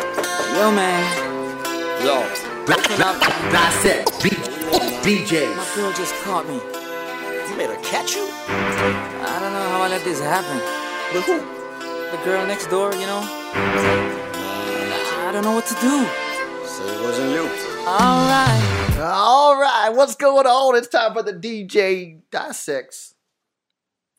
Yo, man. Yo. That's it. My BJs. girl just caught me. You made her catch you? I don't know how I let this happen. But who? The girl next door, you know? I don't know what to do. So it wasn't you. Alright. All right, what's going on? It's time for the DJ dissects.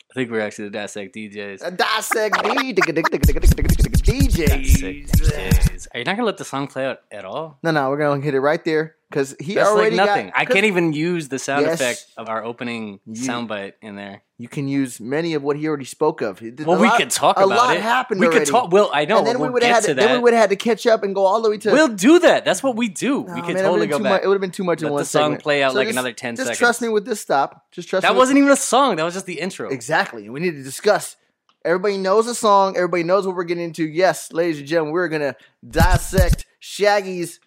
I think we're actually the dissect DJs. Uh, Dissect D- digga- digga- digga- digga- digga- digga- digga- DJs. Dissect DJs. Are you not gonna let the song play out at all? No, no, we're gonna hit it right there because he That's like already nothing. got. I can't even use the sound Yes. effect of our opening You- soundbite in there. You can use many of what he already spoke of. He did- Well, a we lot- could talk a about lot it. happened we already. could talk. Well, I know. and then we'll we would get have to had that. then we would have had to catch up and go all the way to. we'll do that. That's what we do. Nah, we man, could that totally would've go been too back. Much, it would have been too much in Let one the song segment. play out like just- another 10 Just seconds. trust me with this stop. Just trust that me. wasn't even a song. That was just the intro. Exactly. We need to discuss. Everybody knows the song. Everybody knows what we're getting into. Yes, ladies and gentlemen, we're gonna dissect Shaggy's.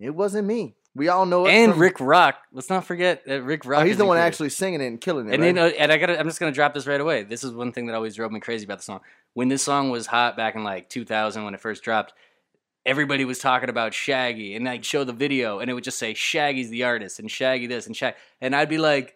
It wasn't me. We all know it. And from- Rick Rock. Let's not forget that Rick Rock. Oh, he's is the one included. actually singing it and killing it. And right? then, uh, and I got to I'm just gonna drop this right away. This is one thing that always drove me crazy about the song. When this song was hot back in like 2000 when it first dropped, everybody was talking about Shaggy, and I'd show the video, and it would just say Shaggy's the artist, and Shaggy this, and Shag, and I'd be like,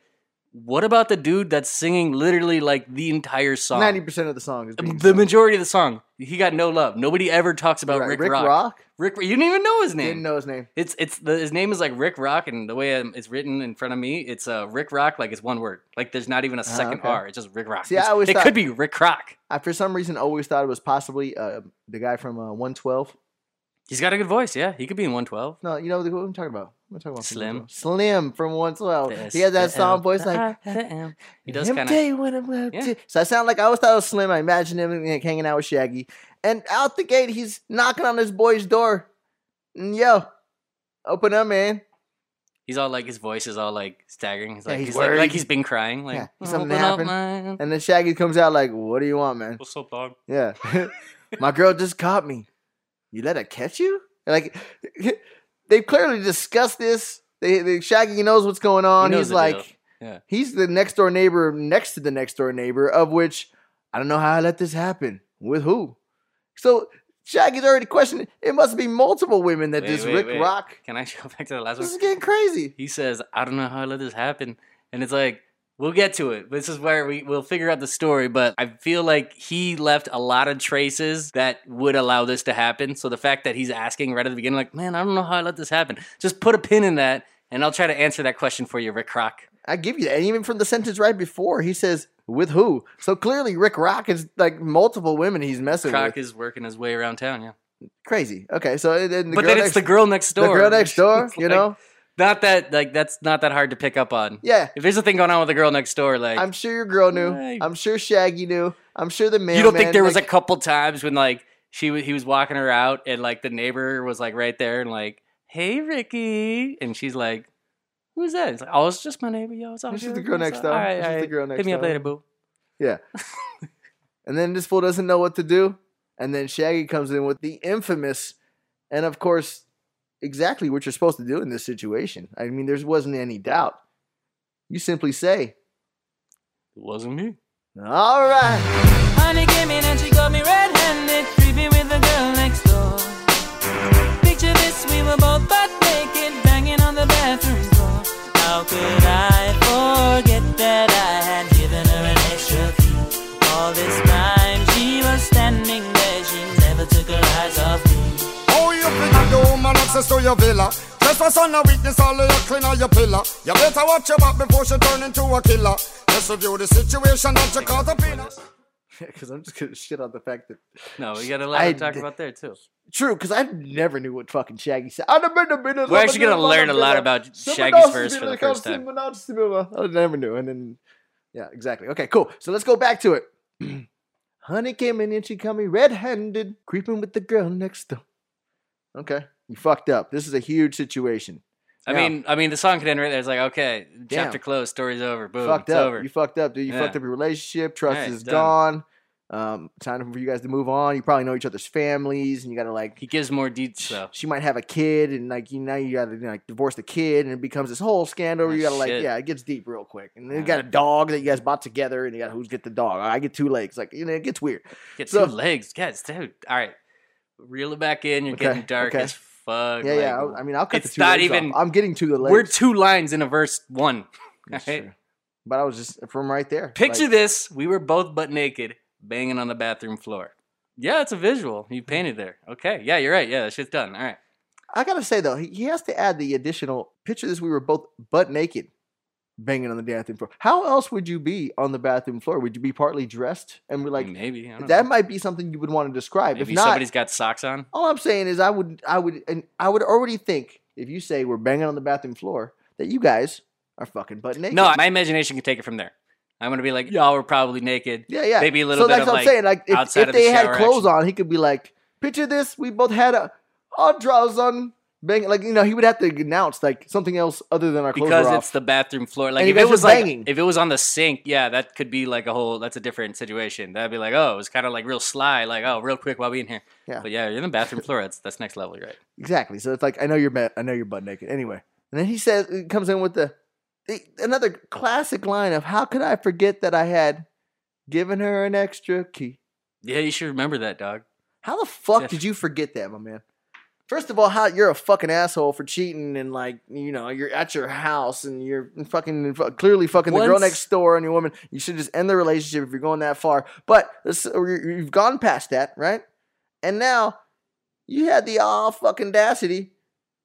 what about the dude that's singing literally like the entire song? ninety percent of the song is being the sung. majority of the song, he got no love. Nobody ever talks about Right, Rick, Rick Rock. Rock? Rick, you didn't even know his name. Didn't know his name. It's it's the, his name is like Rick Rock, and the way um, it's written in front of me, it's uh, Rick Rock. Like it's one word. Like there's not even a second Ah, okay. R. It's just Rick Rock. See, I It's- always it thought- could be Rick Rock. I for some reason always thought it was possibly uh, the guy from uh, One Twelve. He's got a good voice. Yeah, he could be in 112. No, you know the- what I'm talking about. What I'm talking about from Slim. 112. Slim from One Twelve. The Oh, He has that S, the L, song voice the like. I, the M. uh, um, He does Him kind tell of. you what I'm up Yeah. to. So I sound like I always thought it was Slim. I imagine him like, hanging out with Shaggy, and out the gate he's knocking on this boy's door. And, Yo, open up, man. He's all like his voice is all like staggering. He's Yeah, like he's he's, like, worried. like he's been crying. Like Yeah, "Oh, something happened." open up, man." And then Shaggy comes out like, "What do you want, man?" What's up, dog? Yeah, my girl just caught me. You let her catch you? Like they've clearly discussed this. They, they Shaggy knows what's going on. knows He's the deal. like, Yeah. he's the next door neighbor next to the next door neighbor, of which I don't know how I let this happen with who. So Shaggy's already questioning. It must be multiple women that Wait, this wait, Rick wait. Rock. Can I go back to the last one? This is getting crazy. he says, I don't know how I let this happen. And it's like, we'll get to it. This is where we, we'll figure out the story. But I feel like he left a lot of traces that would allow this to happen. So the fact that he's asking right at the beginning, like, man, I don't know how I let this happen. Just put a pin in that, and I'll try to answer that question for you, Rick Crock. I give you that. And even from the sentence right before, he says, "With who?" So clearly, Rick Rock is like multiple women he's messing with. Crock is working his way around town, yeah. crazy. Okay, so and then the but girl then next, it's the girl next door. the girl next door, It's you like, know? Not that, like, that's not that hard to pick up on. Yeah, If there's a thing going on with the girl next door, like, I'm sure your girl knew. Right. I'm sure Shaggy knew. I'm sure the man. you don't think there was a like, couple times when like she was he was walking her out and like the neighbor was like right there and like hey ricky and she's like who's that it's like oh it's just my neighbor yo it's all This is good. the girl It's next all- door. all right, This all is the right. girl next hit me up door." later boo and then this fool doesn't know what to do, and then Shaggy comes in with the infamous, and of course, exactly what you're supposed to do in this situation. I mean, there wasn't any doubt. You simply say, it wasn't me "All right, Honey came in and she got me red-handed, creepy with the girl next door. Picture this, we were both butt naked, banging on the bathroom floor. How could I forget that I had given her an extra fee? All this time she was standing there, she never took her eyes off me. How you figure the woman access to your villa? Just for son of weakness, all of your clean or your pillar. You better watch your back before she turn into a killer. Just review the situation that you caught up in. because I'm just gonna shit on the fact that no we gotta let I her talk d- about there too true, because I never knew what fucking Shaggy said. I never knew. We're actually gonna learn a lot about Shaggy's verse for the first time. I never knew, and then yeah, exactly. Okay, cool. So let's go back to it. Honey came in and she caught me red-handed, creeping with the girl next door. Okay, you fucked up. This is a huge situation. i No. mean i mean the song could end right there it's like okay Damn. chapter closed story's over boom fucked it's up. over You fucked up, dude. You fucked Yeah. up your relationship. Trust Alright, is done. gone. Um, time for you guys to move on. You probably know each other's families, and you gotta like he gives more deets though she might have a kid and like you now you gotta like divorce the kid and it becomes this whole scandal where you Ah, gotta like shit. yeah it gets deep real quick and then you Yeah. got a dog that you guys bought together and you got who's get the dog i get two legs like you know it gets weird get So- two legs guys dude all right Reel it back in. You're Okay, getting dark okay. as fuck. Yeah, like, yeah. I, I mean, I'll cut It's the two not legs even- off. I'm getting two of the legs. We're two lines in a verse one. That's right? true. But I was just from right there. Picture like, this: we were both butt naked, banging on the bathroom floor. Yeah, it's a visual. Mm-hmm. You painted there. Okay. Yeah, you're right. Yeah, that shit's done. All right. I gotta say though, he, he has to add the additional. Picture this: we were both butt naked, banging on the bathroom floor. How else would you be on the bathroom floor? Would you be partly dressed and we're like? maybe I don't That know. might be something you would want to describe. Maybe if not, somebody's got socks on. all I'm saying is I would, I would, and I would already think if you say we're banging on the bathroom floor that you guys are fucking butt naked. No, my imagination can take it from there. I'm gonna be like, y'all were probably naked. Yeah, yeah. Maybe a little so bit that's what of, like, I'm saying. Like if, outside if of the they had shower clothes action. on, he could be like, "Picture this: we both had a our drawers on." Bang, like you know, he would have to announce like something else other than our clothes because were it's off. the bathroom floor. Like And you if guys it were was like banging. if it was on the sink, yeah, that could be like a whole. That's a different situation. That'd be like, oh, it was kind of like real sly, like oh, real quick while we in here. Yeah. But yeah, you're in the bathroom floor. That's that's next level, you're right? exactly. So it's like I know you're ba- I know you're butt naked anyway. And then he says, he comes in with the, the another classic line of, "How could I forget that I had given her an extra key?" Yeah, you should remember that, dog. How the fuck Yeah. did you forget that, my man? First of all, how you're a fucking asshole for cheating and like you know you're at your house and you're fucking fu- clearly fucking the girl Once- next door and your woman. You should just end the relationship if you're going that far. But this, you- you've gone past that, right? And now you had the all fucking audacity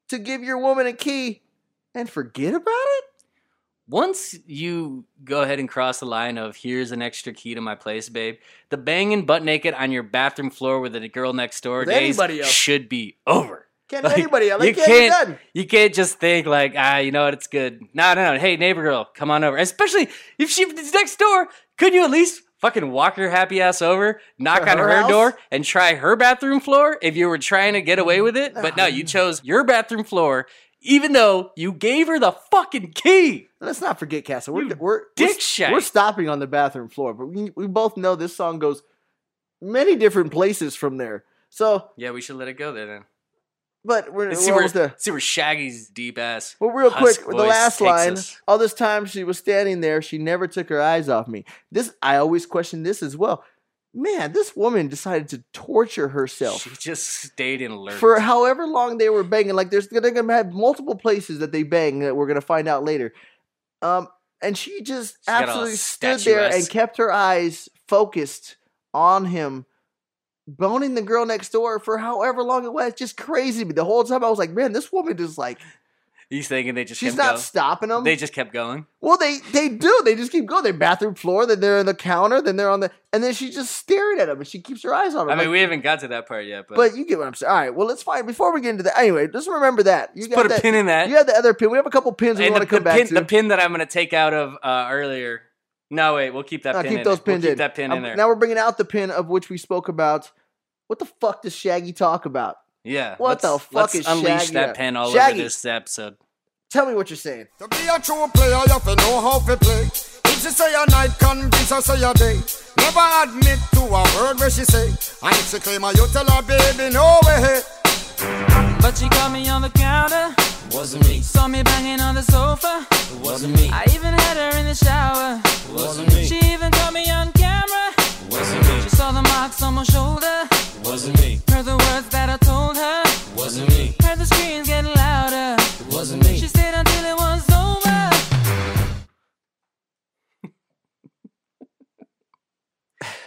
to give your woman a key and forget about it. Once you go ahead and cross the line of here's an extra key to my place, babe, the banging butt naked on your bathroom floor with the girl next door With days anybody else. should be over. Can't Like, anybody else? you Like, can't, be can't- done. You can't just think like, ah, you know what, it's good. No, no, no. Hey, neighbor girl, come on over. Especially if she's next door. Couldn't you at least fucking walk your happy ass over, knock To on her her, house? door, and try her bathroom floor if you were trying to get away with it? But no, you chose your bathroom floor, even though you gave her the fucking key. Let's not forget, Castle. We're, You we're, dick we're, shite. we're stopping on the bathroom floor, but we, we both know this song goes many different places from there. So, Yeah, we should let it go there then. but we're, Let's we're see where, almost there. see where Shaggy's deep ass. Well, real husk quick, the voice last takes line. us. All this time she was standing there, she never took her eyes off me. This I always question this as well. Man, this woman decided to torture herself. She just stayed in alert. for however long they were banging. Like there's they're gonna have multiple places that they bang that we're gonna find out later. Um, and she just got all absolutely stood there and statuesque. kept her eyes focused on him, boning the girl next door for however long it was. Just crazy to me. The whole time I was like, man, this woman is like He's thinking they just she's kept not going. stopping them. they just kept going. well, they they do. They just keep going. They're bathroom floor. Then they're on the counter. Then they're on the and then she's just staring at him and she keeps her eyes on him. I mean, we haven't got to that part yet, but, But you get what I'm saying. All right. Well, let's find before we get into that. Anyway, just remember that you got put that. a pin in that. you have the other pin. We have a couple pins we and want the, to come the back pin, to. the pin that I'm going to take out of uh, earlier. No, wait, we'll keep that No, pin keep in those it. We'll pins keep in. that pin Um, in there. Now we're bringing out the pin of which we spoke about. What the fuck does Shaggy talk about? yeah. what let's, the fuck let's is unleash Shaggy that at? pin all Shaggy. over this episode. Tell me what you're saying. To be a true player, you have to know how to play. If she say a night, convince her say a day. Never admit to a word where she say. And if she claim her, you tell her, baby, no way. But she caught me on the counter. Wasn't me, Saw me banging on the sofa. wasn't me, I even had her in the shower. wasn't me, She even caught me on camera. wasn't me, She saw the marks on my shoulder. wasn't me, Heard the words that I told her. wasn't me, Heard the screams getting louder. wasn't me. She stayed until it was over.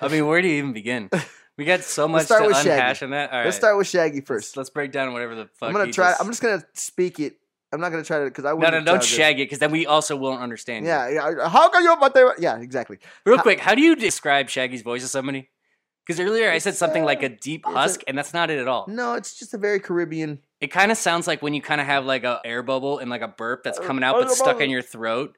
I mean, where do you even begin? We got so much start to with Shaggy. unhash in that. All right. Let's start with Shaggy Let's, first. let's break down whatever the fuck. I'm gonna he try. Just, I'm just gonna speak it. I'm not gonna try to because I No, wouldn't. no, have don't tried to- shag it because then we also won't understand. you. Yeah, yeah. How come you? But they. were- Yeah, exactly. Real quick, how do you describe Shaggy's voice to somebody? Because earlier I said It's, something uh, like a deep it's a- husk, and that's not it at all. No, it's just a very Caribbean. It kind of sounds like when you kind of have like a air bubble and like a burp that's Uh, coming out air but stuck bubble. in your throat.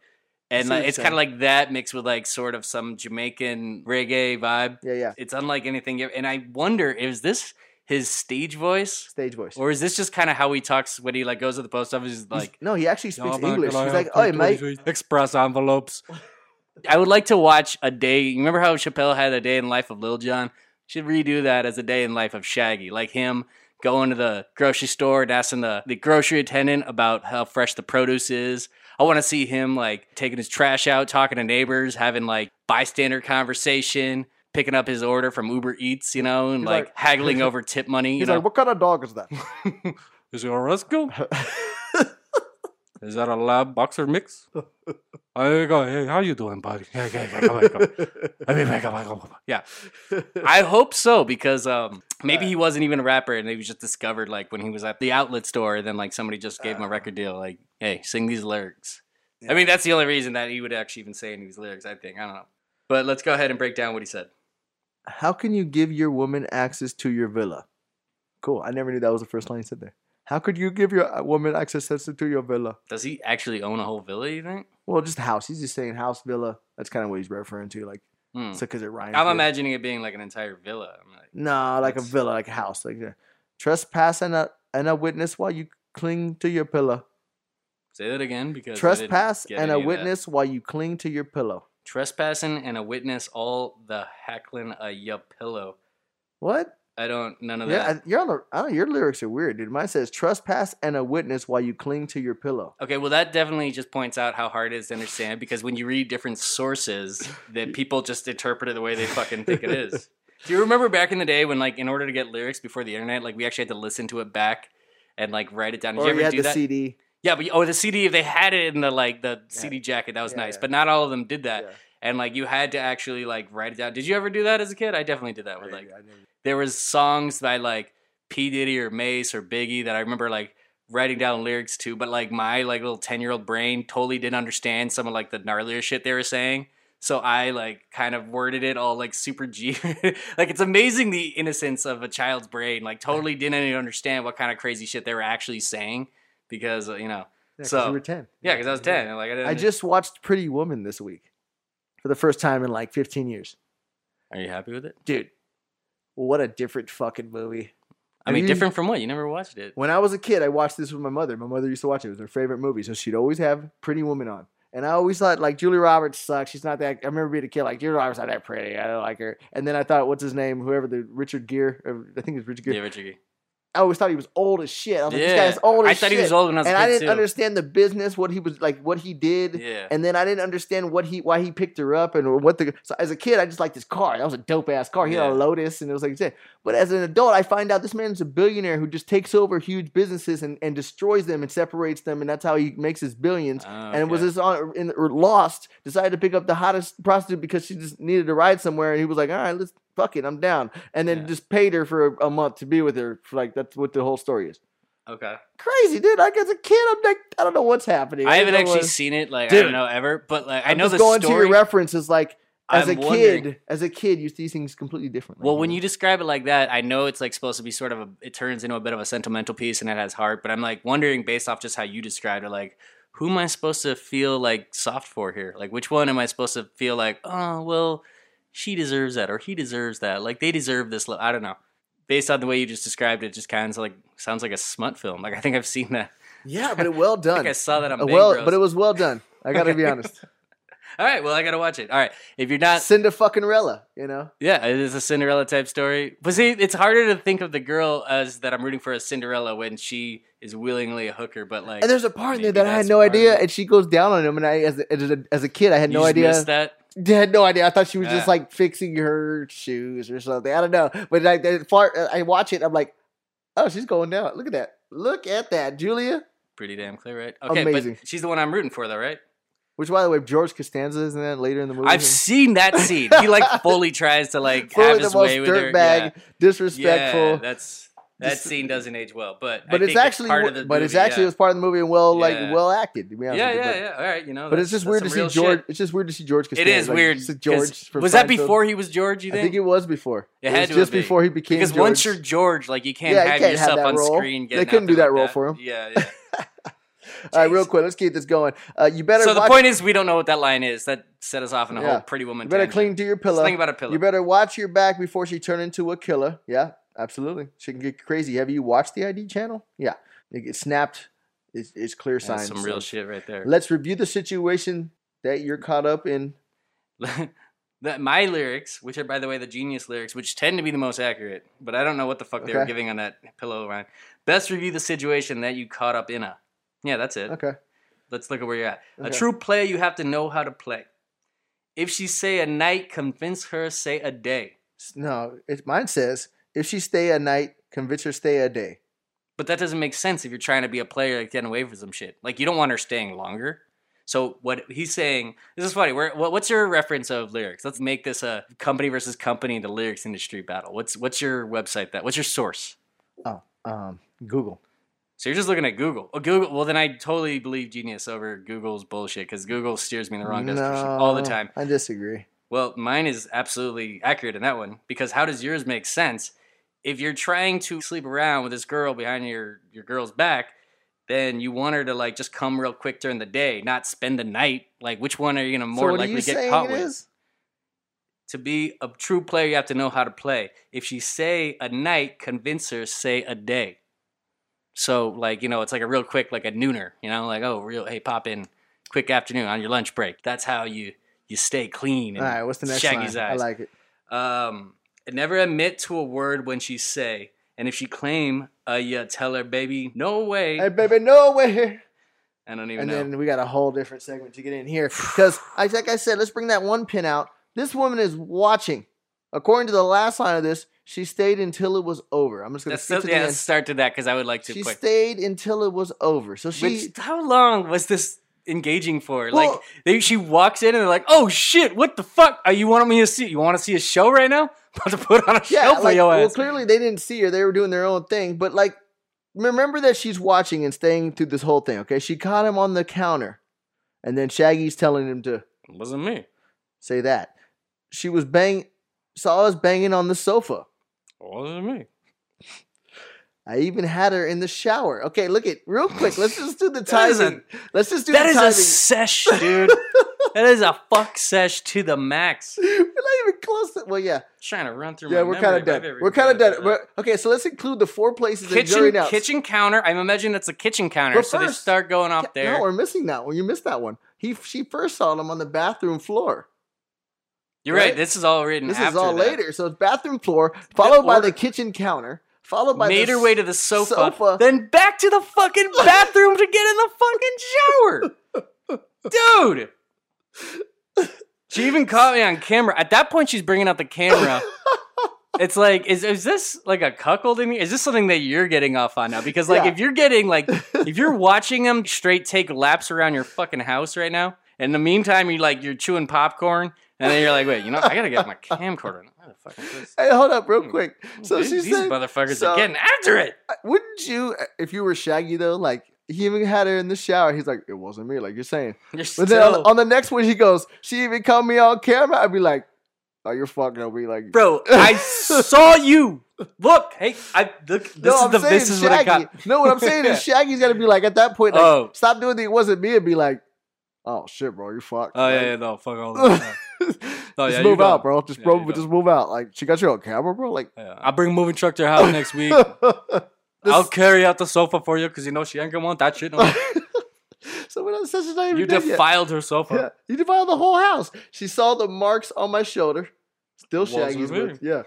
see And what like, you're it's kind of saying. like that mixed with like sort of some Jamaican reggae vibe. Yeah, yeah. It's unlike anything. you- And I wonder, is this his stage voice? Stage voice. Or is this just kind of how he talks when he like goes to the post office? He's He's- like, no, he actually "Y'all speaks back English. alive, He's like, "Oh, take mate." these express envelopes. I would like to watch a day. You remember how Chappelle had a day in life of Lil Jon? Should redo that as a day in life of Shaggy, like him going to the grocery store and asking the, the grocery attendant about how fresh the produce is. I want to see him like taking his trash out, talking to neighbors, having like bystander conversation, picking up his order from Uber Eats, you know, and He's like, like- haggling over tip money. You He's know, like, what kind of dog is that? is it a rescue? Is that a lab boxer mix? I go, hey, how you doing, buddy? Yeah, yeah, yeah, come on, come on. Let me back up, back up. Yeah. I hope so because um, maybe he wasn't even a rapper and he was just discovered like when he was at the outlet store and then like somebody just Uh. gave him a record deal like, hey, sing these lyrics. I mean, that's the only reason that he would actually even say any of these lyrics, I think. I don't know. But let's go ahead and break down what he said. How can you give your woman access to your villa? Cool. I never knew that was the first line he said there. How could you give your uh, woman access to your villa? Does he actually own a whole villa, you think? Well, just house. He's just saying house villa. That's kind of what he's referring to. Like, Hmm. so because it rhymes. I'm with- imagining it being like an entire villa. I'm like, No, like a That's- villa, like a house, like that. Trespass and a and a witness while you cling to your pillow. say that again because I didn't Trespass get and any a of that. witness while you cling to your pillow. trespassing and a witness all the heckling of your pillow. What? I don't none of Yeah, that. I- you're on the. I don't, your lyrics are weird, dude. Mine says trespass and a witness while you cling to your pillow. okay, well that definitely just points out how hard it is to understand because when you read different sources, that people just interpret it the way they fucking think it is. Do you remember back in the day when like in order to get lyrics before the internet, like we actually had to listen to it back and like write it down? Did Or you you, ever had do the that? CD. Yeah, but oh, the CD they had it in the like the CD jacket. That was Yeah, nice, yeah. but not all of them did that. Yeah. And like you had to actually like write it down. Did you ever do that as a kid? I definitely did that with Yeah, like yeah, I never- there was songs by like P Diddy or Mace or Biggie that I remember like writing down lyrics to, but like my like little ten year old brain totally didn't understand some of like the gnarlier shit they were saying. So I like kind of worded it all like super G. like it's amazing the innocence of a child's brain. Like totally didn't even understand what kind of crazy shit they were actually saying because uh, you know. Yeah, 'cause so you were ten. yeah, because I was ten. and, Like I didn't. I just watched Pretty Woman this week for the first time in like 15 years, Are you happy with it? dude. What a different fucking movie. I Have mean, you- different from what you never watched it. When I was a kid, I watched this with my mother. My mother used to watch it. It was her favorite movie. So she'd always have Pretty Woman on. And I always thought, like, Julie Roberts sucks. She's not that. I remember being a kid, like, Julie Roberts not that pretty. I don't like her. And then I thought, what's his name? Whoever the Richard Gere, or I think it was Richard Gere. Yeah, Richard. Gere. I always thought he was old as shit. I was like, this Yeah. guy's old as I thought he shit. was old when I was a And I kid, didn't too. understand the business, what he was like, what he did. Yeah. And then I didn't understand what he why he picked her up and what the so as a kid I just liked this car. That was a dope ass car. He had a Yeah. Lotus and it was like shit. But as an adult, I find out this man's a billionaire who just takes over huge businesses and, and destroys them and separates them, and that's how he makes his billions. Oh, And was okay. this on in, or lost? Decided to pick up the hottest prostitute because she just needed a ride somewhere, and he was like, "All right, let's fuck it, I'm down," and then Yeah. just paid her for a, a month to be with her. For like that's what the whole story is. Okay. Crazy, dude. Like as a kid, I'm like, I don't know what's happening. don't I haven't know actually what- seen it, like I Dude. don't know ever, but like i I'm know just the going to story. your references like as I'm a wondering- kid Mm-hmm. as a kid you see things completely differently well, when you describe it like that, I know it's like supposed to be sort of a. It turns into a bit of a sentimental piece, and it has heart. But I'm like wondering, based off just how you described it, like who am I supposed to feel like soft for here? Like which one am I supposed to feel like? Oh well, she deserves that, or he deserves that. Like they deserve this. Lo-. I don't know. Based on the way you just described it, it just kind of like sounds like a smut film. Like I think I've seen that. yeah but it well I done think I saw that on Uh, Bang well Bros. but it was well done i gotta be honest All right, well I gotta watch it. All right, if you're not cinda fucking rella you know Yeah, it is a Cinderella type story. But see, it's harder to think of the girl as that I'm rooting for as Cinderella when she is willingly a hooker, but like and there's a part in there maybe that i had that's no part of idea it. and she goes down on him and i as a, as a, as a kid i had You no just idea missed that. I had no idea i thought she was just Yeah. like fixing her shoes or something i don't know but like that far i watch it i'm like oh she's going down look at that look at that julia Pretty damn clear, right? Okay, Amazing. but she's the one I'm rooting for though, right? which by the way george costanza isn't that later in the movie I've seen that scene. He like fully tries to like Fully have the his most way with her. dirtbag, yeah. disrespectful. yeah, that's that Just- scene doesn't age well, but I but it's think actually, part w- of the but it's movie, actually it yeah. was part of the movie and well, like Yeah. well acted. To be honest yeah, with you, yeah, but, yeah. All right, you know. But it's that's- just weird to that's see some real George. shit. It's just weird to see George. It Costanza. is like, weird. it's a 'cause- George. From was that Seinfeld. before he was George? You I think think? it was before. It was had to have just been. before he became Because George. once you're George, like you can't Yeah, you have can't have yourself that on role. screen. They getting couldn't out do there that like role for him. Yeah. yeah. All right, real quick, let's keep this going. Uh, you better. so the watch- point is, we don't know what that line is. That set us off in a Yeah. whole Pretty Woman. you better tangent. cling to your pillow. think about a pillow. You better watch your back before she turn into a killer. Yeah, absolutely. She can get crazy. Have you watched the ID channel? Yeah, it gets snapped. It's, it's clear That's signs. some So real shit right there. Let's review the situation that you're caught up in. That- My lyrics, which are by the way the genius lyrics, which tend to be the most accurate, but I don't know what the fuck they were Okay. giving on that pillow line. Best review the situation that you caught up in a. Yeah, that's it. Okay. Let's look at where you're at. A Okay. true player, you have to know how to play. If she say a night, convince her say a day. No, it, mine says if she stay a night, convince her stay a day. But that doesn't make sense if you're trying to be a player like getting away for some shit. Like you don't want her staying longer. So what he's saying, this is funny. Where, what, what's your reference of lyrics? Let's make this a company versus company in the lyrics industry battle. What's what's your website that? What's your source? Oh, um, Google. So you're just looking at Google. Oh, Google. Well, then I totally believe Genius over Google's bullshit because Google steers me in the wrong destination all the No, time. I disagree. Well, mine is absolutely accurate in that one because how does yours make sense? If you're trying to sleep around with this girl behind your your girl's back, then you want her to like just come real quick during the day, not spend the night. Like, which one are you gonna more so what are likely you get saying caught it with? is? To be a true player, you have to know how to play. If she say a night, convince her say a day. So like you know, it's like a real quick like a nooner. You know, like oh real hey pop in quick afternoon on your lunch break. That's how you you stay clean. All And right, what's the next Shaggy's line? I eyes. like it. Um, never admit to a word when she say, and if she claim, uh, yeah, tell her, baby, no way. Hey, baby, no way. I don't even And know. then we got a whole different segment to get in here because, I- like I said, let's bring that one pin out. This woman is watching. According to the last line of this, she stayed until it was over. I'm just gonna let's, skip to the yeah, end. let's start to that because I would like to. She put, stayed until it was over. So she Which, how long was this engaging for? like, Well- they, she walks in and they're like, "Oh shit, what the fuck? Are you wanting me to see? You want to see a show right now? About to put on a yeah, show for like, your well, ass." clearly they didn't see her. They were doing their own thing. But like, remember that she's watching and staying through this whole thing. Okay, she caught him on the counter, and then Shaggy's telling him to wasn't me. say that. She was bang, saw us banging on the sofa. wasn't me. I even had her in the shower. Okay, look at real quick. Let's just do the That is a- timing. Let's just do That the is timing. a sesh, dude. that is a fuck sesh to the max. we're not even close. To, well, yeah, trying to run through. yeah, my we're kind memory of if I've done. ever We're kind of done done. that. We're- okay, so let's include the four places and jury kitchen now. kitchen counter. I'm imagining that's a kitchen counter, But so they first- start going off Yeah, there. No, we're missing that one. You missed that one. He she first saw him on the bathroom floor. You're right. right? This is all written. This is after all that. later. So it's bathroom floor, followed by order- the kitchen counter, followed by Made the her way to the sofa, sofa. then back to the fucking bathroom to get in the fucking shower, dude. She even caught me on camera. At that point, she's bringing out the camera. It's like, is, is this like a cuckolding? Is this something that you're getting off on now? Because like, Yeah. if you're getting like, if you're watching them straight take laps around your fucking house right now, in the meantime, you like you're chewing popcorn, and then you're like, wait, you know, I gotta get my camcorder. Where the fuck is this? Hey, hold up, real quick. So these, she these said, motherfuckers so- are getting after it. "Wouldn't you, uh, if you were Shaggy though? Like he even had her in the shower. He's like, it wasn't me, like you're saying. You're But then on, still- on the next one, he goes, she even caught me on camera. I'd be like, oh, you're fucking over. me, Like, bro. I saw you. Look, hey, I look. This no, is I'm the saying this is what I Shaggy. got. No, what I'm saying is Shaggy's got to be like at that point. Like, Oh. stop doing the it wasn't me and be like, oh shit, bro, you fucked. Oh Like, yeah, yeah, no, fuck all that. No, just yeah, you move don't. out, bro. Just Yeah, bro, you don't. just move out. Like she got you on camera, bro. Like Yeah. I'll bring a moving truck to your house next week. I'll carry out the sofa for you because you know she ain't gonna want that shit. No more. so we're not such a not even you done yet. defiled her sofa. Yeah, you defiled the whole house. She saw the marks on my shoulder. Still Walls Shaggy's with me. words. Yeah,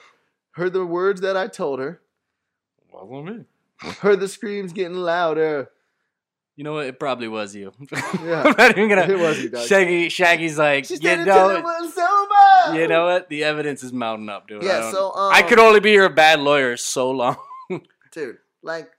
heard the words that I told her. Wasn't me. Heard the screams getting louder. You know what? It probably was you. Yeah. I'm not even gonna. It was you, dog. Shaggy, Shaggy's like, She you said until it know, was over. you know what? The evidence is mounting up, dude. I Yeah. don't- So um, I could only be your bad lawyer so long. dude. Like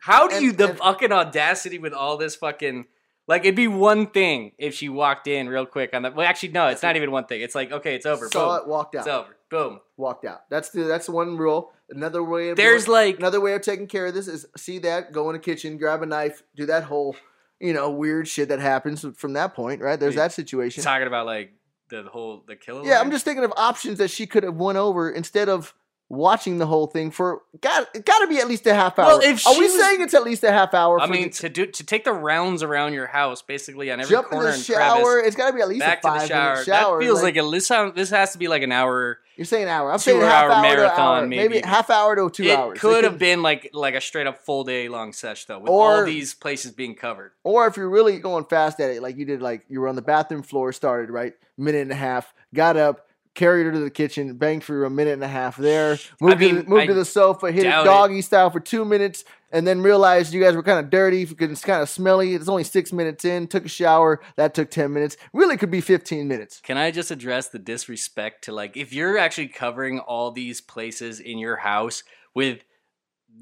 How do And- you the and- fucking audacity with all this fucking like it'd be one thing if she walked in real quick on the well actually no it's not even one thing it's like okay it's over saw boom it, walked out. it's over boom walked out. That's the that's one rule. Another way of there's doing- like another way of taking care of this is see that, go in the kitchen, grab a knife, do that whole you know weird shit that happens from that point, right? There's Yeah. that situation. talking about like the whole the killer Yeah, line? I'm just thinking of options that she could have won over instead of watching the whole thing for got it got to be at least a half hour. Well, if Are she we was- saying it's at least a half hour? I for mean the- to do to take the rounds around your house basically on every jump in corner the and shower. crevice It's got to be at least back a to the five shower. minute shower. that feels like, at least how- this has to be like an hour you're saying an hour. I'm saying two-hour half hour to marathon, hour, maybe. maybe. half hour to two it hours. It could have could- been like like a straight up full day long sesh though with all Or- these places being covered Or if you're really going fast at it, like you did, like you were on the bathroom floor, started right minute and a half, got up, carried her to the kitchen, banged for a minute and a half there, moved, mean, to, the, moved I to the sofa, hit it doubt it. doggy style for two minutes, and then realized you guys were kind of dirty, it's kind of smelly. It's only six minutes in. Took a shower. That took 10 minutes. Really could be 15 minutes. Can I just address the disrespect to like if you're actually covering all these places in your house with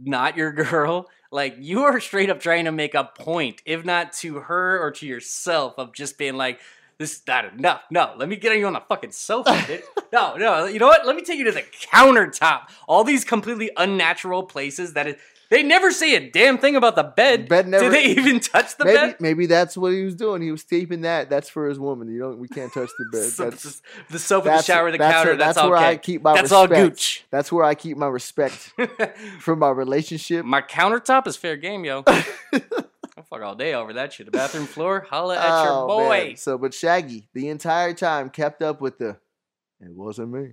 not your girl, like you are straight up trying to make a point, if not to her or to yourself, of just being like, this is not enough. No, let me get you on the fucking sofa, bitch. No, no, you know what? Let me take you to the countertop. All these completely unnatural places that it, they never say a damn thing about the bed. Bed never- Do they even touch the Maybe bed? maybe that's what he was doing. He was taping that. That's for his woman. You don't. We can't touch the bed. So that's, this is- the sofa, the that's- shower, the that's counter. where- That's, that's all where I okay. keep my That's all respect. gooch. that's where I keep my respect for my relationship. My countertop is fair game, yo. I fuck all day over that shit. The bathroom floor, holla at your Oh, boy. man. So, but Shaggy the entire time kept up with the. It wasn't me.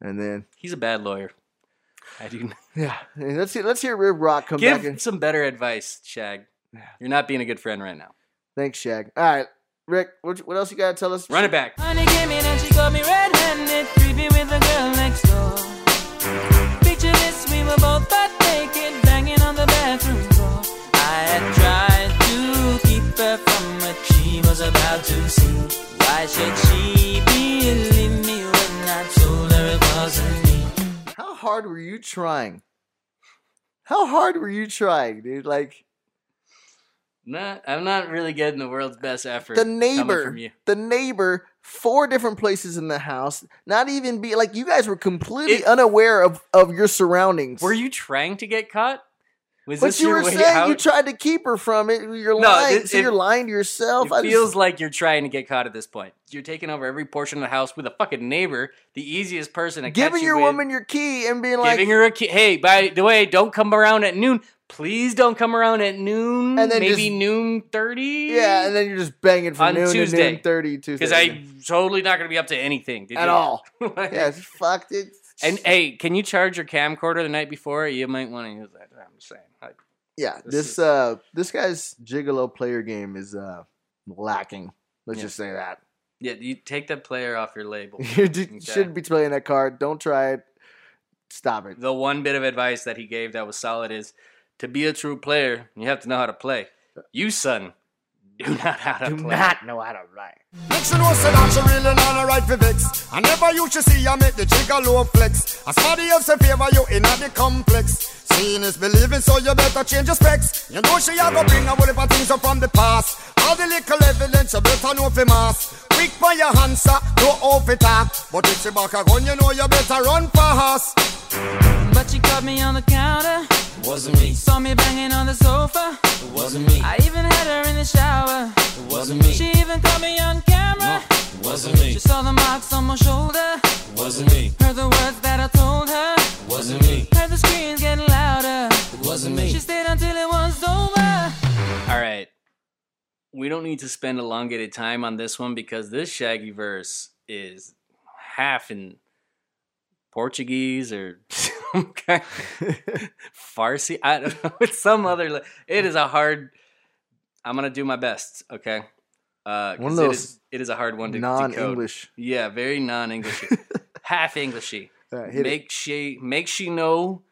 And then He's a bad lawyer. I do not- yeah, and let's see. Let's hear Rib Rock come back. give And, some better advice, Shag. You're not being a good friend right now. thanks, Shag. All right, Rick. What, what else you gotta tell us? Run it back. Honey came in and she caught me red-handed, creeping with the girl next door. Picture this, we were both butt naked, banging on the bathroom floor. I had tried to keep her from what she was about to see. Why should she believe me when I told her it wasn't me? How hard were you trying? How hard were you trying, dude? Like. Nah, I'm not really getting the world's best effort. the coming neighbor from you. the neighbor four different places in the house not even be like you guys were completely It- unaware of of your surroundings Were you trying to get caught? Was but this you your were way saying out? you tried to keep her from it you're No, lying it- so it- you're lying to yourself It feels like you're trying to get caught at this point. You're taking over every portion of the house with a fucking neighbor, the easiest person to catch giving you your with. woman your key and being like giving her a key. Hey, by the way, don't come around at noon. Please don't come around at noon. And then maybe just- noon thirty. yeah and then you're just banging from On noon to Tuesday. noon 30 Tuesday because I'm totally not going to be up to anything dude. at all Like- yeah it's fucked it And hey, can you charge your camcorder the night before? You might want to use that. I'm just saying. Like, yeah this this is- uh this guy's gigolo player game is uh lacking let's Yeah. just say that yeah, you take that player off your label. you d- Okay. shouldn't be playing that card don't try it stop it the one bit of advice that he gave that was solid is to be a true player, you have to know how to play. You, son, do not how to do play. not know how to write. Make she know say that she really not a right for vex. I never you should see I make the jigger low flex. As somebody else in favor you in the complex. Seeing is believing, so you better change your specs. You know she a go bring a whole heap of things up from the past. All the little evidence you better know for mass. Quick by your answer, no off it talk. But if she back a gun, you know you better run fast. But she caught me on the counter, Wasn't me. saw me banging on the sofa. Wasn't me. I even had her in the shower. Wasn't me. She even caught me on camera. Wasn't me. She saw the marks on my shoulder, Wasn't me. heard the words that I told her, Wasn't me. heard the screams getting louder. Wasn't me. She stayed until it was over. All right. We don't need to spend elongated time on this one because this Shaggy verse is half in Portuguese or some kind Farsi. I don't know. It's some other. la- It is a hard. I'm gonna do my best. Okay. Uh, 'cause One of those it is, it is a hard one to decode. Non-English. Yeah, very non-Englishy, half Englishy. All right, Uh, hit it. Make she make she know,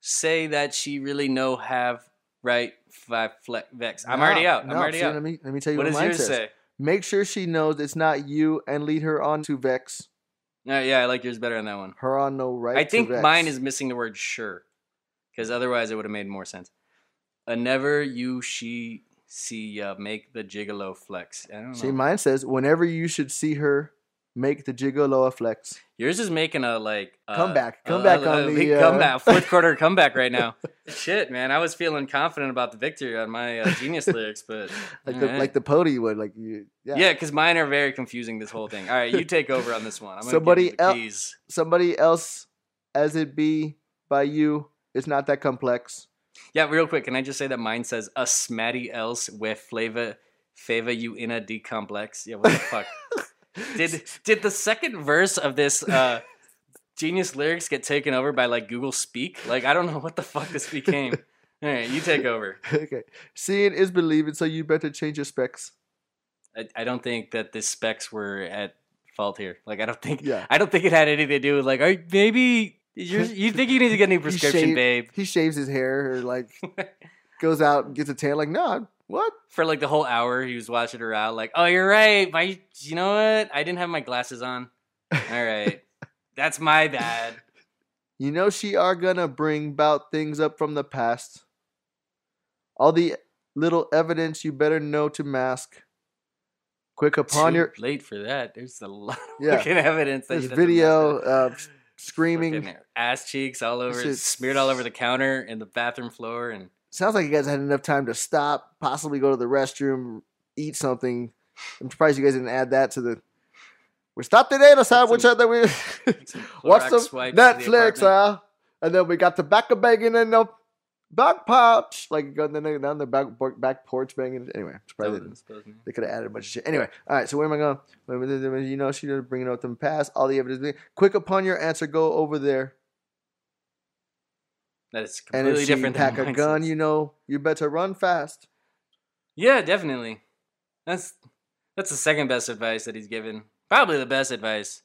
say that she really know have right five flex vex. I'm already No, out. I'm no, already see, out. Let me let me tell you what what, does mine yours says. say? Make sure she knows it's not you and lead her on to vex. Uh, yeah, I like yours better on that one. Her on no right. I to think vex. mine is missing the word sure, because otherwise it would have made more sense. A never you she see uh, make the gigolo flex. I don't know. See, mine says whenever you should see her, make the gigolo a flex. yours is making a like uh, Comeback. a- Comeback a- on a the, big uh, comeback fourth quarter comeback right now. Shit, man, I was feeling confident about the victory on my uh, genius lyrics, but Like the alright. like the pody would like you. Yeah. Yeah, because mine are very confusing. This whole thing. All right, you take over on this one. I'm gonna Somebody give you the el- keys. Somebody else, as it be by you, it's not that complex. Yeah, real quick. Can I just say that mine says a smatty else with flavor favor you in a D complex? Yeah, what the fuck? Did did the second verse of this uh, genius lyrics get taken over by like Google Speak? Like I don't know what the fuck this became. All right, you take over. okay. Seeing is believing, so you better change your specs. I, I don't think that the specs were at fault here. Like I don't think Yeah. I don't think it had anything to do with like all right, maybe You're, you think you need to get a new prescription, shave- babe, He shaves his hair or like goes out and gets a tan. Like, no, what? for like the whole hour he was watching her out. Like, oh, you're right. My, you know what? I didn't have my glasses on. All right, that's my bad. You know she are gonna bring about things up from the past. All the little evidence you better know to mask. Quick upon Too your late for that. There's a lot of Yeah. fucking evidence. That this you doesn't video know. uh, s- screaming. Fucking ass cheeks all over, shit's- smeared all over the counter and the bathroom floor, and Sounds like you guys had enough time to stop, possibly go to the restroom, eat something. I'm surprised you guys didn't add that to the. We stopped today and decided which other we some watch Clorox some wipes in the Netflix, apartment. uh, and then we got the back of banging in the back porch, like going down down the back back porch banging. Anyway, I'm surprised they That didn't. was- that was me. They could have added a bunch of shit. Anyway, all right. So where am I going? Where am I- You know, she just bringing up them past all the evidence. Quick upon your answer, go over there, That is and completely if she different than pack a mine gun, says. you know, you better run fast. Yeah, definitely. That's that's the second best advice that he's given. Probably the best advice.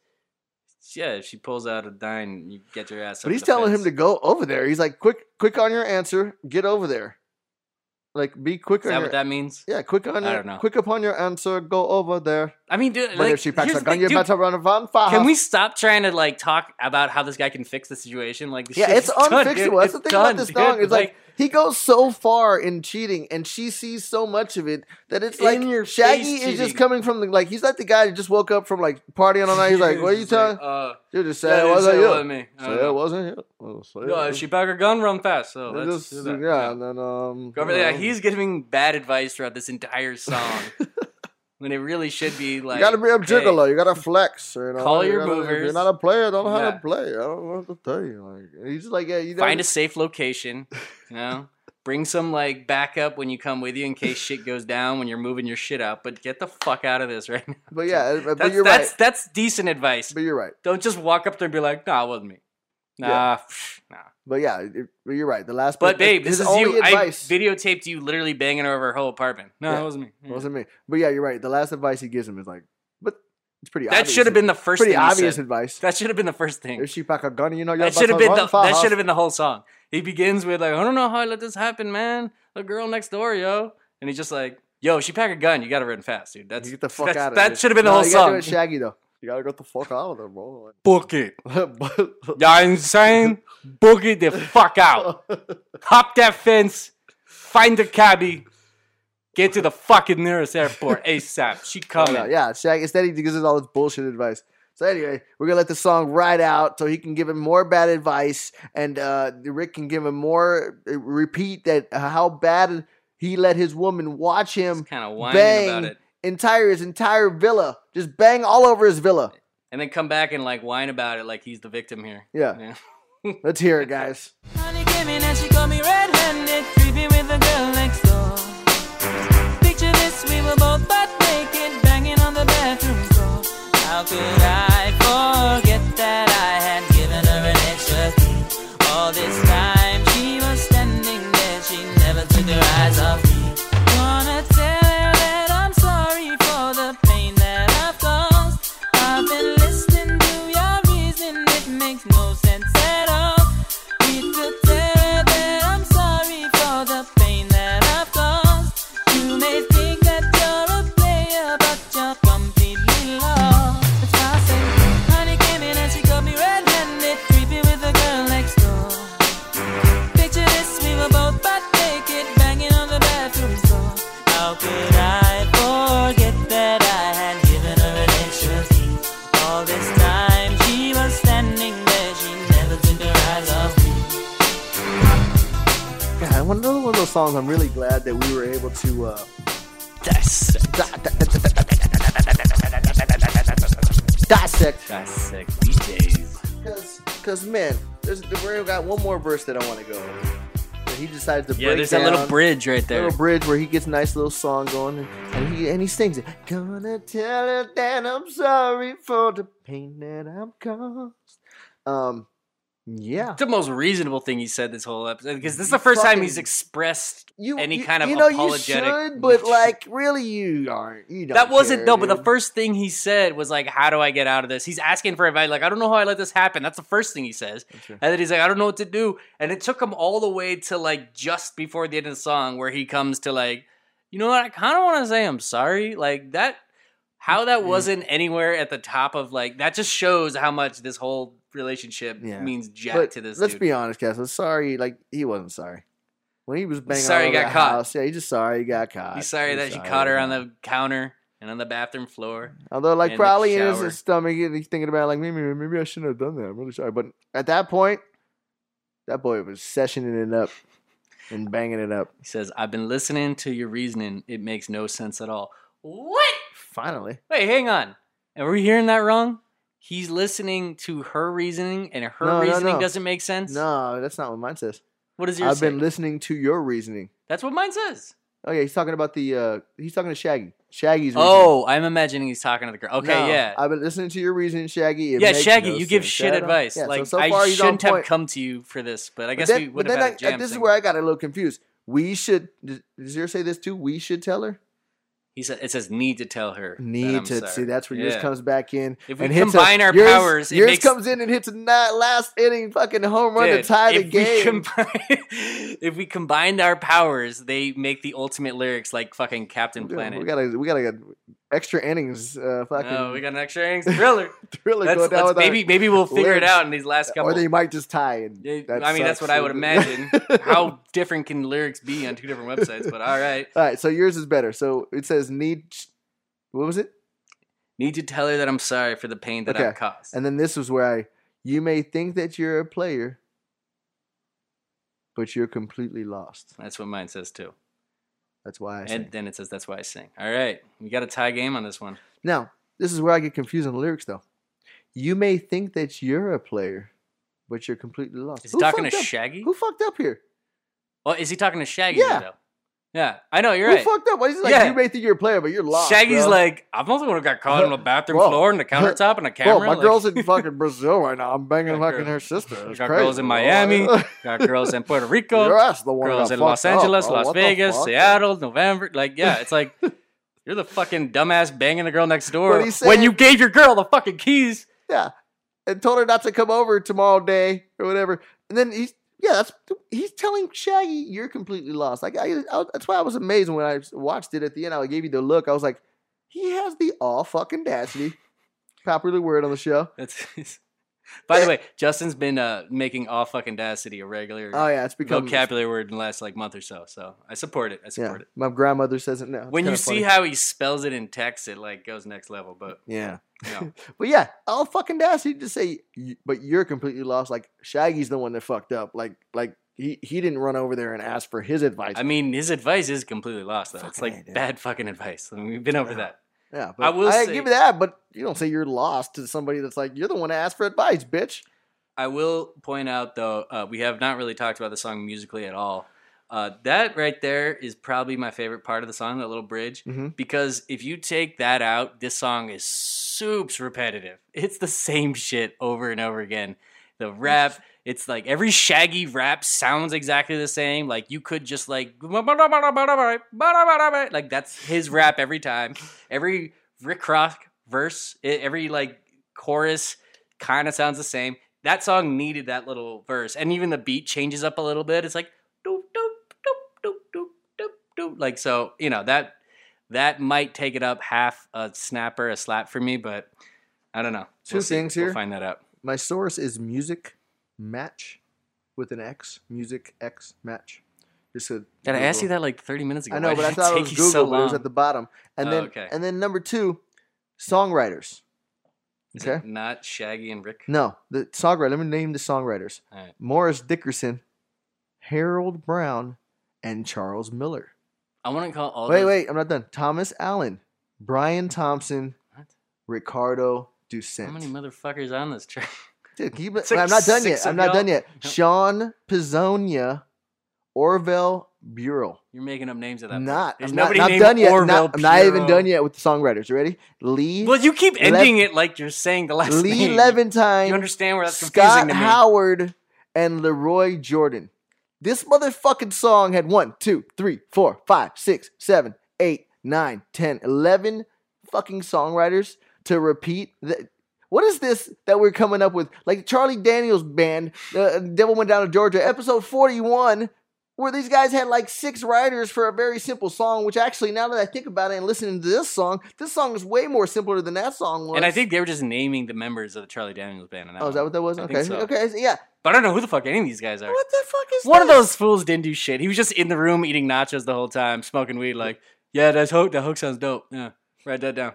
Yeah, if she pulls out a dime, you get your ass. But he's telling him to go over there. He's like, quick, quick on your answer, get over there. Like, be quick Is on that your. what that means? yeah, quick on I your, don't know. quick upon your answer, go over there. I mean, dude, But like, if she packs here's a the gun, thing, you dude, better run van fast. Can we stop trying to like talk about how this guy can fix the situation? Like, this Yeah, shit it's is done, dude. unfixable. That's the It's thing about done, this dude. song. It's like he goes so far in cheating, and she sees so much of it that it's In like your Shaggy face is just cheating. coming from the like he's like the guy who just woke up from like partying all night. He's like, "What are you It's like, talking? Uh, Dude, just say that it didn't wasn't say it you. wasn't me. I Say don't it know. wasn't you. Oh, say it No, if wasn't- she pack her gun, run fast. So It let's just- do yeah, that. and then um, Go over you there. know. He's giving bad advice throughout this entire song, when it really should be like you gotta be a hey, gigolo. You gotta flex. You know? call You your gotta- If you're movers. not a player, don't know how Yeah. to play. I don't know what to tell you. Like, he's just like, yeah, you know, find a safe location. You know, bring some like backup when you come with you in case shit goes down when you're moving your shit out. But get the fuck out of this right now. but yeah, uh, but- but That's you're that's right. that's decent advice. But you're right. Don't just walk up there and be like, "Nah, it wasn't me." Nah, Yeah. pff, nah. But yeah, it- but you're right. The last, But babe, his this is only you. advice. I videotaped you literally banging over her whole apartment. No, Yeah. it wasn't me. It wasn't me. But yeah, you're right. The last advice he gives him is like, but it's pretty. That obvious. should have been the first pretty thing you obvious said. advice. That should have been the first thing. If she pack a gun, you know, you're about That should have to been the run that fast. should have been the whole song. He begins with like, I don't know how I let this happen, man. The girl next door, yo, and he's just like, Yo, she pack a gun. You gotta run fast, dude. That's You get the fuck that's- out of That here. should have been No, the you whole gotta do it song. Shaggy though, you gotta get the fuck out of there, bro. Book it, But- y'all insane. Book it the fuck out. Hop that fence. Find the cabbie. Get to the fucking nearest airport ASAP. She coming. No, yeah, Shag. Instead, he gives us all this bullshit advice. So anyway, we're gonna let the song ride out so he can give him more bad advice, and uh, Rick can give him more uh, repeat that how bad he let his woman watch him Kind of whining bang about it. entire his entire villa, just bang all over his villa. and then come back and like whine about it like he's the victim here. Yeah. Let's hear it, guys. Honey came in and she caught me red-handed, creeping with the girl next door. Picture this, we were both butt naked, banging on the bathroom door. How could I forget that I had given her an extra key? All this time she was standing there, she never took her eyes off me. Wanna tell her that I'm sorry for the pain that I've caused. I've been listening to your reason, it makes no sense at all. Need to tell her that I'm sorry for the pain that I've caused. You may think that you're a player, but you're completely lost. That's why I say, honey came in and she got me red-handed, creeping with the girl next door. Picture this, we were both butt naked, banging on the bathroom door. How could I forget that I had given her an extra key? All this time she was standing there, she never took her eyes off me. Yeah, one another one of those songs. I'm really glad that we were able to. Uh, dissect That's sick. DJs. Cause, cause man, there's we got one more verse that I want to go. over. And he decides to Yeah, break there's down, that little bridge right there. little bridge where he gets a nice little song going, and, and he and he sings it. Gonna tell her that I'm sorry for the pain that I've caused. Um, Yeah. It's the most reasonable thing he said this whole episode because this is the first time he's Fucking- expressed You, any you- kind of you know apologetic. you should, but like really you aren't. You don't that wasn't care, though. But the dude. first thing he said was like, "How do I get out of this?" He's asking for advice. Like, I don't know how I let this happen. That's the first thing he says, right. and then he's like, "I don't know what to do." And it took him all the way to like just before the end of the song where he comes to like, you know what? I kind of want to say I'm sorry. Like that, how Mm. that wasn't anywhere at the top of like that just shows how much this whole relationship Yeah. means jack But to this. Let's dude. be honest, Castle. Sorry, like he wasn't sorry. When he was banging sorry all he over got the caught. house, yeah, he just sorry he got caught. He's sorry He's that she sorry, caught her on yeah. the counter and on the bathroom floor. Although, like, in the probably in shower. his stomach, and he's thinking about like maybe maybe I shouldn't have done that. I'm really sorry. But at that point, that boy was sessioning it up and banging it up. He says, I've been listening to your reasoning. It makes no sense at all. What? Finally, Wait, hang on. Are we hearing that wrong? He's listening to her reasoning and her No, no, reasoning no. doesn't make sense? no, that's not what mine says. What is yours? I've say? been listening to your reasoning. That's what mine says. Oh yeah, he's talking about the. uh He's talking to Shaggy. Shaggy's. reasoning. Oh, I'm imagining he's talking to the girl. Okay, No, yeah. I've been listening to your reasoning, Shaggy. It yeah, makes Shaggy, no you give sense shit at all. advice. Yeah, so- like, so far I he's on shouldn't have point. come to you for this, but I But guess then- we but would have then had a I- uh, jam. This is sing. where I got a little confused. We should. Does does your say this too? We should tell her. he said, it says, need to tell her. that I'm Need to sorry." see. That's where yours Yeah. comes back in. If we and hits a- combine our yours- powers, it yours makes- comes in and hits a na- last inning fucking home run to Dude, tie the if we game. combine- if we combined our powers, they make the ultimate lyrics like fucking Captain Dude, Planet. we gotta we gotta get extra innings. Uh, fucking no, we got an extra innings thriller. thriller Let's- go down let's- with our- maybe maybe we'll figure it lyrics. out in these last couple. or they might just tie. And Yeah, that I mean, that's sucks. what I would imagine. How different can lyrics be on two different websites? But all right, All right, so yours is better. So it says need. What was it? need to tell her that I'm sorry for the pain that I've Okay. caused. And then this was where I. You may think that you're a player, but you're completely lost. that's what mine says too. That's why I And said. then it says that's why I sing. All right, we got a tie game on this one. Now, this is where I get confused on the lyrics, though. You may think that you're a player, but you're completely lost. Is he talking fucked to up? Shaggy? Who fucked up here? Oh, is he talking to Shaggy? Yeah. though? yeah. I know you're Who right. fucked up? Why is he like, Yeah. you may think you're a player, but you're lost? Shaggy's bro. like, I'm not the one who got caught on the bathroom Whoa. floor and the countertop and a Bro, camera. my Like, girl's in fucking Brazil right now. I'm banging Got fucking girl- her sister. It's got crazy, girls in bro. Miami, got girls in Puerto Rico, You're us, the one who girls got in Los fucked up, Angeles, bro. Las What the Vegas, fuck? Seattle, November. Like, yeah, it's like you're the fucking dumbass banging the girl next door But he's when saying- you gave your girl the fucking keys. Yeah. And told her not to come over tomorrow day or whatever. And then he's yeah, that's he's telling Shaggy you're completely lost. Like I, I that's why I was amazed when I watched it at the end. I gave you the look. I was like, he has the all fucking dacity, popular word on the show. That's. By the way, Justin's been uh, making all fucking dacity a regular Oh yeah, it's become vocabulary word in the last like month or so. So I support it. I Yeah, support it. my grandmother says it now. It's When you kinda see funny. how he spells it in text, it like goes next level. But yeah, no. but yeah, all fucking dacity to say, "You- but you're completely lost. Like Shaggy's the one that fucked up. Like like he he didn't run over there and ask for his advice. I mean, his advice is completely lost though. it's Fucking like A, dude. bad fucking advice. I mean, we've been over that. Yeah, but I I will will say- give you that. But you don't say you're lost to somebody that's like you're the one to ask for advice, bitch. I will point out though, uh, we have not really talked about the song musically at all. Uh, that right there is probably my favorite part of the song, that little bridge, Mhm. because if you take that out, this song is soups repetitive. It's the same shit over and over again. The rap, it's like every shaggy rap sounds exactly the same. Like you could just like like that's his rap every time. Every Rick Ross verse, e- every like chorus kind of sounds the same. That song needed that little verse, and even the beat changes up a little bit. It's like doop doop doop doop doop doop doop. Like so, you know that that might take it up half a snapper, a slap for me, but I don't know. Two things We'll here. find that out. My source is Music Match with an X. Music X Match. Just a Did I ask you Google. that like 30 minutes ago? I know, Why but did I thought take it was you Google, so but it was long? at the bottom. And Oh, then okay. and then number two, songwriters. Is Okay. it not Shaggy and Rick? No, the songwriter. Let me name the songwriters: All right. Morris Dickerson, Harold Brown, and Charles Miller. I want to call all. Wait, those- wait, I'm not done. Thomas Allen, Brian Thompson, What? Ricardo Ducent. How many motherfuckers on this track? Dude, can you bel- It's like I'm not done six yet. of I'm not done y'all. yet. Sean Pizzonia, Orville Burrell. You're making up names at that. point. Not, There's I'm not, nobody not named done yet. Orville Not, I'm not even Pierrot. done yet with the songwriters. You ready? Lee Well, you keep Lev- ending it like you're saying the last Lee name. Leventine. You understand where that's confusing Scott to me? Howard and Leroy Jordan. This motherfucking song had one, two, three, four, five, six, seven, eight, nine, ten, eleven fucking songwriters to repeat. The, what is this that we're coming up with? Like Charlie Daniels' band, uh, Devil Went Down to Georgia, episode 41, where these guys had like six writers for a very simple song, which actually, now that I think about it and listening to this song, this song is way more simpler than that song was. and I think they were just naming the members of the Charlie Daniels band. in Oh, is that one. what that was? I Okay. think so. Okay. Yeah. But I don't know who the fuck any of these guys are. What the fuck is One of this? those fools didn't do shit. He was just in the room eating nachos the whole time, smoking weed. Like, yeah, that's hook. That hook sounds dope. Yeah, write that down.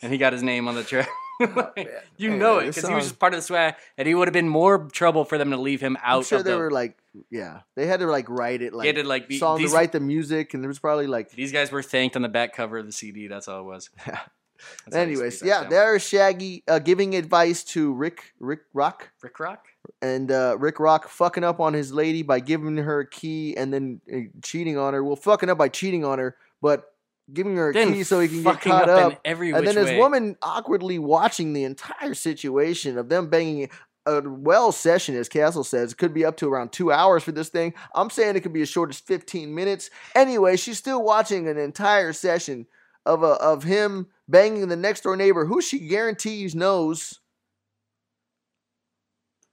And he got his name on the track. Like, you Oh, man. know Anyway, it this because he was song- just part of the swag, and he would have been more trouble for them to leave him out. I'm sure of they the, were like, yeah, they had to like write it, like, to, like, be- song these- to write the music, and there was probably like, these guys were thanked on the back cover of the CD. That's all it was. That's how you anyways, speed that yeah, down. there's Shaggy uh, giving advice to Rick, Rick Rock, Rick Rock. and uh, Rick Rock fucking up on his lady by giving her a key and then uh, cheating on her. Well, fucking up by cheating on her, but giving her a Then key so he can get fucking caught up in up. every and which then his way. woman awkwardly watching the entire situation of them banging a well session, as Castle says, could be up to around two hours for this thing. I'm saying it could be as short as 15 minutes. Anyway, she's still watching an entire session of a, of him banging the next door neighbor, who she guarantees knows.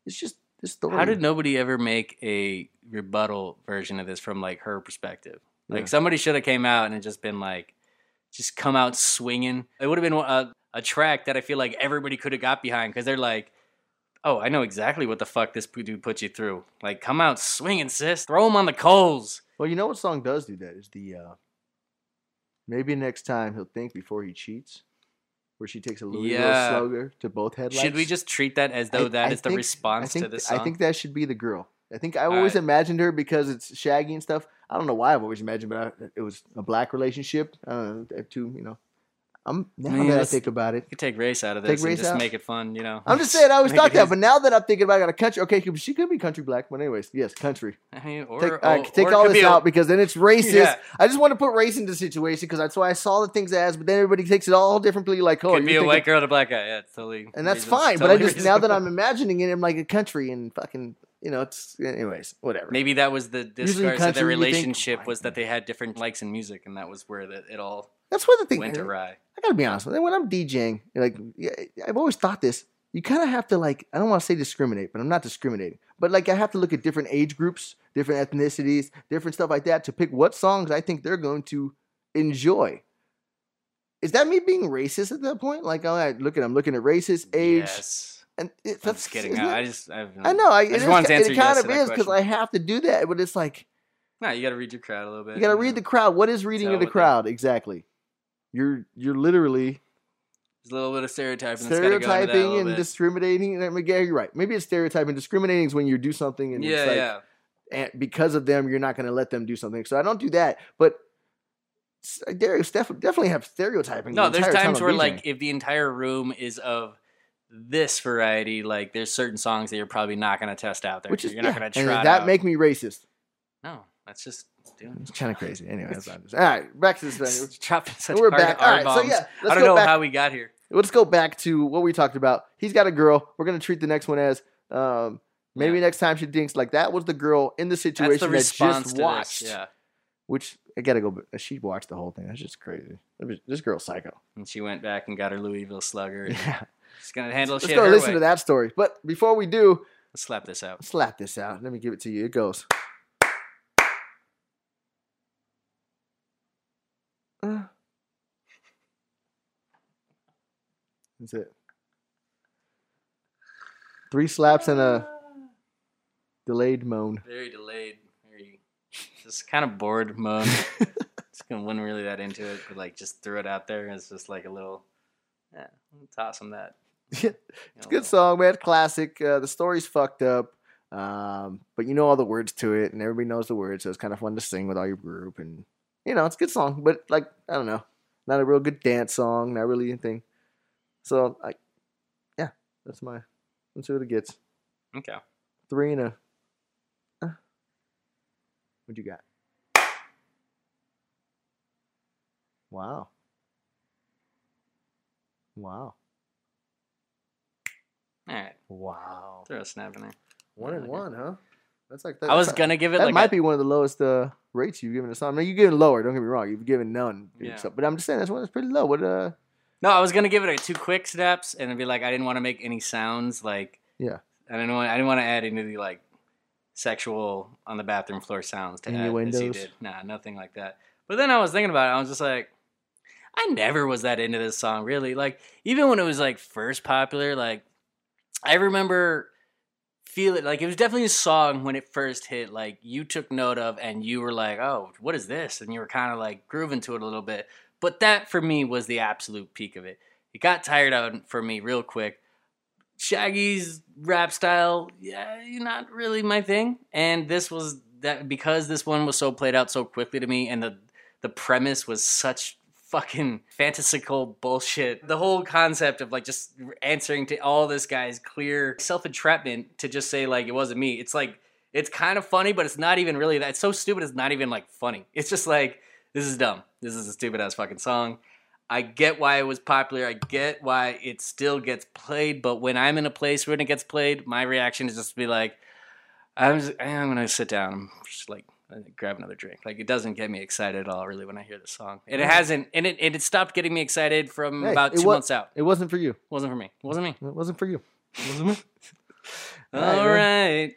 It's just this story. How did nobody ever make a rebuttal version of this from like her perspective? Like Yeah. somebody should have came out and it just been like, just come out swinging. It would have been a, a track that I feel like everybody could have got behind because they're like, oh, I know exactly what the fuck this dude put you through. Like, come out swinging, sis. Throw him on the coals. Well, you know what song does do that is the uh, maybe next time he'll think before he cheats, where she takes a Louisville Yeah. slugger to both headlights. Should we just treat that as though that I- is I the think- I response think, to this I song? think that should be the girl. I think I All always right. imagined her because it's Shaggy and stuff. I don't know why I've always imagined, but I, it was a black relationship. I don't know, two, you know. I'm now Man, that I that's- think about it. you could take race out of Take this and race just out? make it fun, you know? I'm just saying I always Make thought it that, easy. but now that I'm thinking about it, I got a country. Okay, she could be country black, but anyways, yes, country. I mean, or, Take, or- oh, uh, take or it all could this be a- out because then it's racist. Yeah. I just want to put race into the situation because that's why I saw the things as, but then everybody takes it all differently. Like, oh, Could you're be a thinking- white girl and a black guy. Yeah, it's totally. and that's reasonable. fine. But I Totally just now that I'm reasonable. imagining it, I'm like a country and fucking, you know, it's anyways, whatever. Maybe that was the discourse of country, their you think, relationship was that they had different likes in music, and that was where the, it all That's one of the went things. awry. I gotta be honest with you. When I'm DJing, like yeah, I've always thought this, you kind of have to like I don't want to say discriminate, but I'm not discriminating. But like I have to look at different age groups, different ethnicities, different stuff like that to pick what songs I think they're going to enjoy. Is that me being racist at that point? Like, all right, look at I'm looking at racist, age, Yes, and it, I'm that's just kidding. isn't I it- just I've, I know. I, I it just is- wanted to answer it yes kind to of that is because I question. have to do that, but it's like no, you got to read your crowd a little bit. you got to read the crowd. What is reading Tell to the what they- crowd exactly? You're you're literally There's a little bit of stereotyping. that's gotta go into that a stereotyping little and bit. discriminating. I mean, yeah, you're right. Maybe it's stereotyping. Discriminating is when you do something and yeah, it's like, yeah. and because of them, you're not going to let them do something. So I don't do that. But s- there is def- definitely have stereotyping. No, the there's entire time times I'm where DJing. like if the entire room is of this variety, like there's certain songs that you're probably not going to test out there. which is you're yeah. not going to and try. does that out. make me racist? no. That's just doing. It's kind of crazy. Anyway, that's not- all right. Back to this. Thing. Chopping such We're hard back. All right, so R-bombs. yeah, I let's don't go know back- how we got here. Let's go back to what we talked about. He's got a girl. We're gonna treat the next one as um, maybe Yeah. next time she thinks like that was the girl in the That's the situation that response just to watched. this. Yeah. Which I gotta go. but She watched the whole thing. That's just crazy. That was- This girl's psycho. And she went back and got her Louisville Slugger. And Yeah. She's gonna handle Let's shit. go her listen way. to that story. But before we do, Let's slap this out. slap this out. Let me give it to you. It goes. Uh. That's it. Three slaps and a delayed moan. Very delayed. Very just kind of bored moan. just gonna wasn't really that into it, but like just threw it out there. And it's just like a little, yeah, toss him that. Yeah, It's Good song, man. Classic. Uh, the story's fucked up, um, but you know all the words to it, and everybody knows the words, so it's kind of fun to sing with all your group. And you know, it's a good song, but like I don't know, not a real good dance song, not really anything. So, I, yeah, that's my. Let's see what it gets. Okay. Three and a. What uh, you got? Wow. Wow. All right, Wow. throw a snap in there. One and Okay. one, huh? That's like that. I was that's- gonna give it that like might a, be one of the lowest uh, rates you've given a song. I mean, you've given lower. Don't get me wrong. You've given none. Yeah. So- but I'm just saying that's one that's pretty low. What? Uh, no. I was gonna give it like two quick snaps and it'd be like I didn't want to make any sounds like Yeah. I didn't want I didn't want to add any of the like sexual on the bathroom floor sounds to add as he Innuendos. did. Nah, nothing like that. But then I was thinking about it. I was just like, I never was that into this song really. Like even when it was like first popular, like I remember feel it like it was definitely a song when it first hit like you took note of and you were like oh what is this and you were kind of like grooving to it a little bit but that for me was the absolute peak of it it got tired out for me real quick shaggy's rap style yeah not really my thing and this was that because this one was so played out so quickly to me and the the premise was such fucking fantastical bullshit. The whole concept of like just answering to all this guy's clear self entrapment to just say like it wasn't me. It's like it's kind of funny, but it's not even really that. It's so stupid. It's not even like funny. It's just like this is dumb. This is a stupid ass fucking song. I get why it was popular. I get why it still gets played. But when I'm in a place where it gets played, my reaction is just to be like, I'm just, eh, I'm gonna sit down, and just like grab another drink. Like it doesn't get me excited at all, really, when I hear the song. And it hasn't, and it and it stopped getting me excited from hey, about it two wa- months out. It wasn't for you. wasn't for me. wasn't me. It wasn't for you. wasn't me. All right, all right.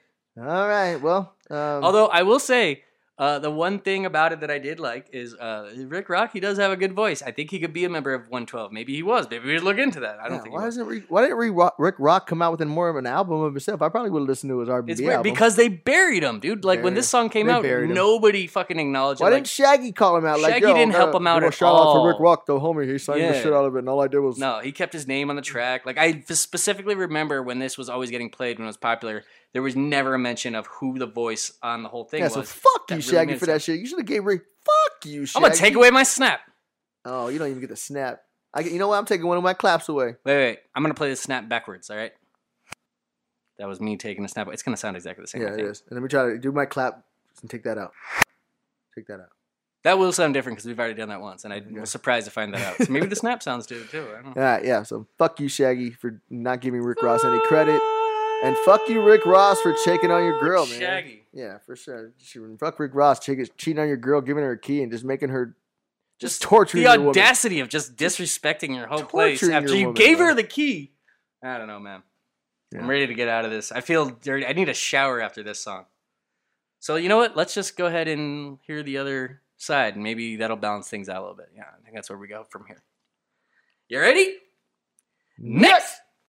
All right. Well. Um, Although I will say, uh, the one thing about it that I did like is uh, Rick Rock. He does have a good voice. I think he could be a member of 112. Maybe he was. Maybe we should look into that. I don't yeah, think. why he was. isn't Re- why didn't Re- Rock, Rick Rock come out with more of an album of himself? I probably would have listened to his R&B It's album. weird because they buried him, dude. Like when Buried this him. song came They out, buried him. nobody fucking acknowledged why it. didn't Shaggy call him out? Like Shaggy Yo, didn't help nah, him out you know, at shout out all. for Rick Rock though, homie. He sang the Yeah. shit out of it, and all I did was No, he kept his name on the track. Like I f- specifically remember when this was always getting played when it was popular, there was never a mention of who the voice on the whole thing yeah. was. So fuck That you, really Shaggy, made for that sense. shit. You should have gave Rick. Fuck you, I'm Shaggy. gonna take away my snap. Oh, you don't even get the snap. I get, you know what? I'm taking one of my claps away. Wait, wait. I'm gonna play the snap backwards. All right. That was me taking a snap. It's gonna sound exactly the same. I Yeah, it think. is. And let me try to do my clap and take that out. Take that out. That will sound different because we've already done that once, and I Okay. was surprised to find that out. So maybe the snap sounds different too. I don't know. All right, yeah. So fuck you, Shaggy, for not giving Rick Ross any credit, and fuck you, Rick Ross, for checking on your girl, man. Shaggy. Yeah, for sure. She- Fuck Rick Ross, cheating cheating on your girl, giving her a key, and just making her just, torturing the your woman. audacity of just disrespecting your whole place Torturing after your you woman, gave bro. her the key. I don't know, man. Yeah. I'm ready to get out of this. I feel dirty. I need a shower after this song. So you know what? Let's just go ahead and hear the other side, and maybe that'll balance things out a little bit. Yeah, I think that's where we go from here. You ready? Next.